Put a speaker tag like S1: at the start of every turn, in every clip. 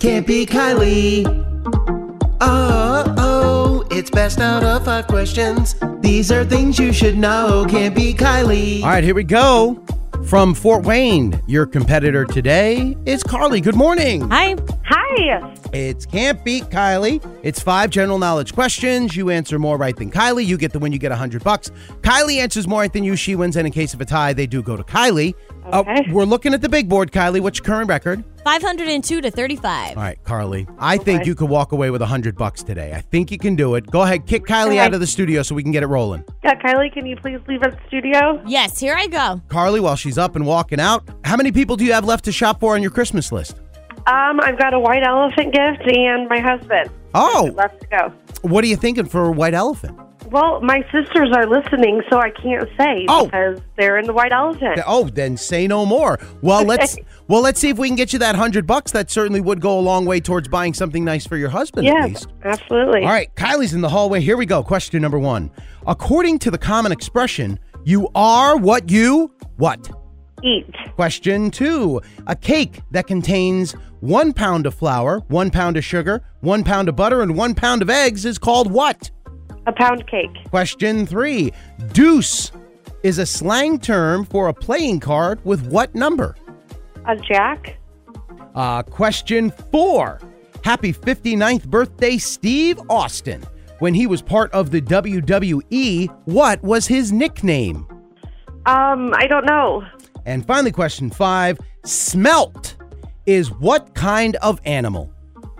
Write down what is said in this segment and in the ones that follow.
S1: Can't be Kylie. Oh, oh, it's best out of five questions. These are things you should know. Can't be Kylie.
S2: All right, here we go. From Fort Wayne, your competitor today is Carly. Good morning.
S3: Hi.
S4: Hi.
S2: It's Can't Beat Kylie. It's five general knowledge questions. You answer more right than Kylie. You get the win. You get a 100 bucks. Kylie answers more right than you. She wins. And in case of a tie, they do go to Kylie. Uh,
S4: Okay.
S2: we're looking at the big board, Kylie. What's your current record?
S3: 502 to 35.
S2: All right, Carly. I think you could walk away with a 100 bucks today. I think you can do it. Go ahead, kick Kylie
S4: Okay.
S2: out of the studio so we can get it rolling.
S4: Yeah, Kylie, can you please leave us the studio?
S3: Yes, here I go.
S2: Carly, while she's up and walking out, how many people do you have left to shop for on your Christmas list?
S4: Um, I've got a white elephant gift and my husband.
S2: Oh,
S4: Let's go.
S2: what are you thinking for a white elephant?
S4: Well, my sisters are listening, so I can't say
S2: Oh.
S4: because they're in the white elephant.
S2: Oh, then say no more. Well, let's well let's see if we can get you that 100 bucks. That certainly would go a long way towards buying something nice for your husband at
S4: Yes,
S2: least.
S4: absolutely.
S2: All right, Kylie's in the hallway. Here we go. Question number 1. According to the common expression, you are what you what?
S4: Eat.
S2: Question two A cake that contains one pound of flour, one pound of sugar, one pound of butter, and one pound of eggs is called what?
S4: A pound cake.
S2: Question three Deuce is a slang term for a playing card with what number?
S4: A jack.
S2: Uh, question four Happy 59th birthday, Steve Austin. When he was part of the WWE, what was his nickname?
S4: Um, I don't know.
S2: And finally, question five Smelt is what kind of animal?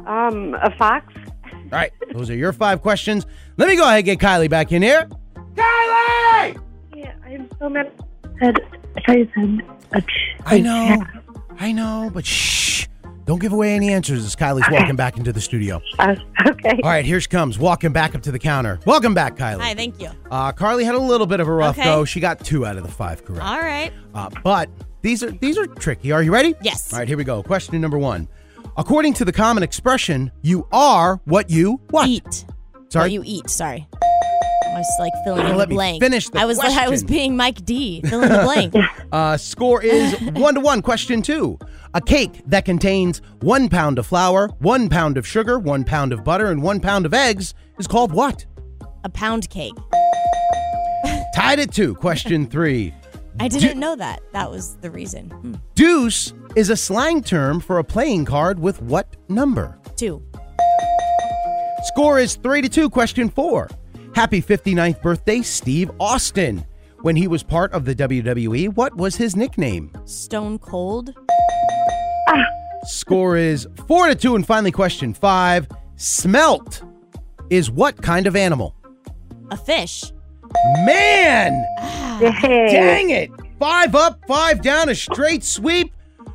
S4: Um, a fox.
S2: All right, those are your five questions. Let me go ahead and get Kylie back in here. Kylie!
S4: Yeah, I'm so mad.
S5: said, if I said a ch-
S2: I
S5: a
S2: know,
S5: cat,
S2: I know, but shh. Don't give away any answers as Kylie's walking back into the studio.
S4: Uh, okay.
S2: All right, here she comes, walking back up to the counter. Welcome back,
S3: Hi,
S2: Kylie.
S3: thank you.
S2: Uh, Carly had a little bit of a rough
S3: Okay.
S2: go. She got two out of the five correct.
S3: All right.
S2: Uh, but these are these are tricky. Are you ready?
S3: Yes.
S2: All right, here we go. Question number one. According to the common expression, you are what you what.
S3: Eat.
S2: Sorry.
S3: What you eat, sorry. I was like filling in
S2: Let
S3: the
S2: me
S3: blank.
S2: finish the
S3: I was like I was
S2: question.
S3: being Mike D, filling in the blank.
S2: Uh, score is one to one. Question two. A cake that contains one pound of flour, one pound of sugar, one pound of butter, and one pound of eggs is called what?
S3: A pound cake.
S2: Tied at two. Question three.
S3: I didn't know that. That was the reason. Hmm.
S2: Deuce is a slang term for a playing card with what number?
S3: Two.
S2: Score is three to two. Question four. Happy 59th birthday, Steve Austin. When he was part of the WWE, what was his nickname?
S3: Stone cold.
S2: Score is four to two. And finally, question five Smelt is what kind of animal?
S3: A fish.
S2: Man,
S4: Yay.
S2: dang it. Five up, five down, a straight sweep.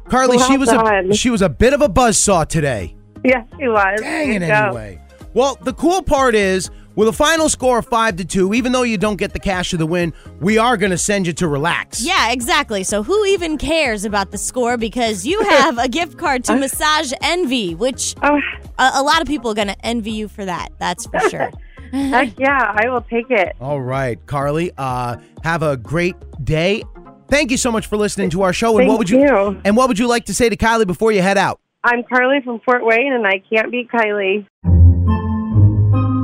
S2: Carly, she
S4: Well
S2: was a
S4: done.
S2: she was a bit of a buzzsaw today.
S4: Yes, it was.
S2: Dang
S4: Good
S2: it
S4: job.
S2: anyway. Well, the cool part is with a final score of five to two, even though you don't get the cash of the win, we are gonna send you to relax.
S3: Yeah, exactly. So who even cares about the score because you have a gift card to Massage Envy, which
S4: Oh,
S3: a, a lot of people are going to envy you for that. That's for sure.
S4: heck yeah, I will take it.
S2: All right, Carly. Uh, have a great day. Thank you so much for listening to our show. And what
S4: Thank
S2: would you,
S4: you.
S2: and what would you like to say to Kylie before you head out?
S4: I'm Carly from Fort Wayne, and I can't beat Kylie.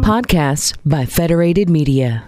S6: Podcasts by Federated Media.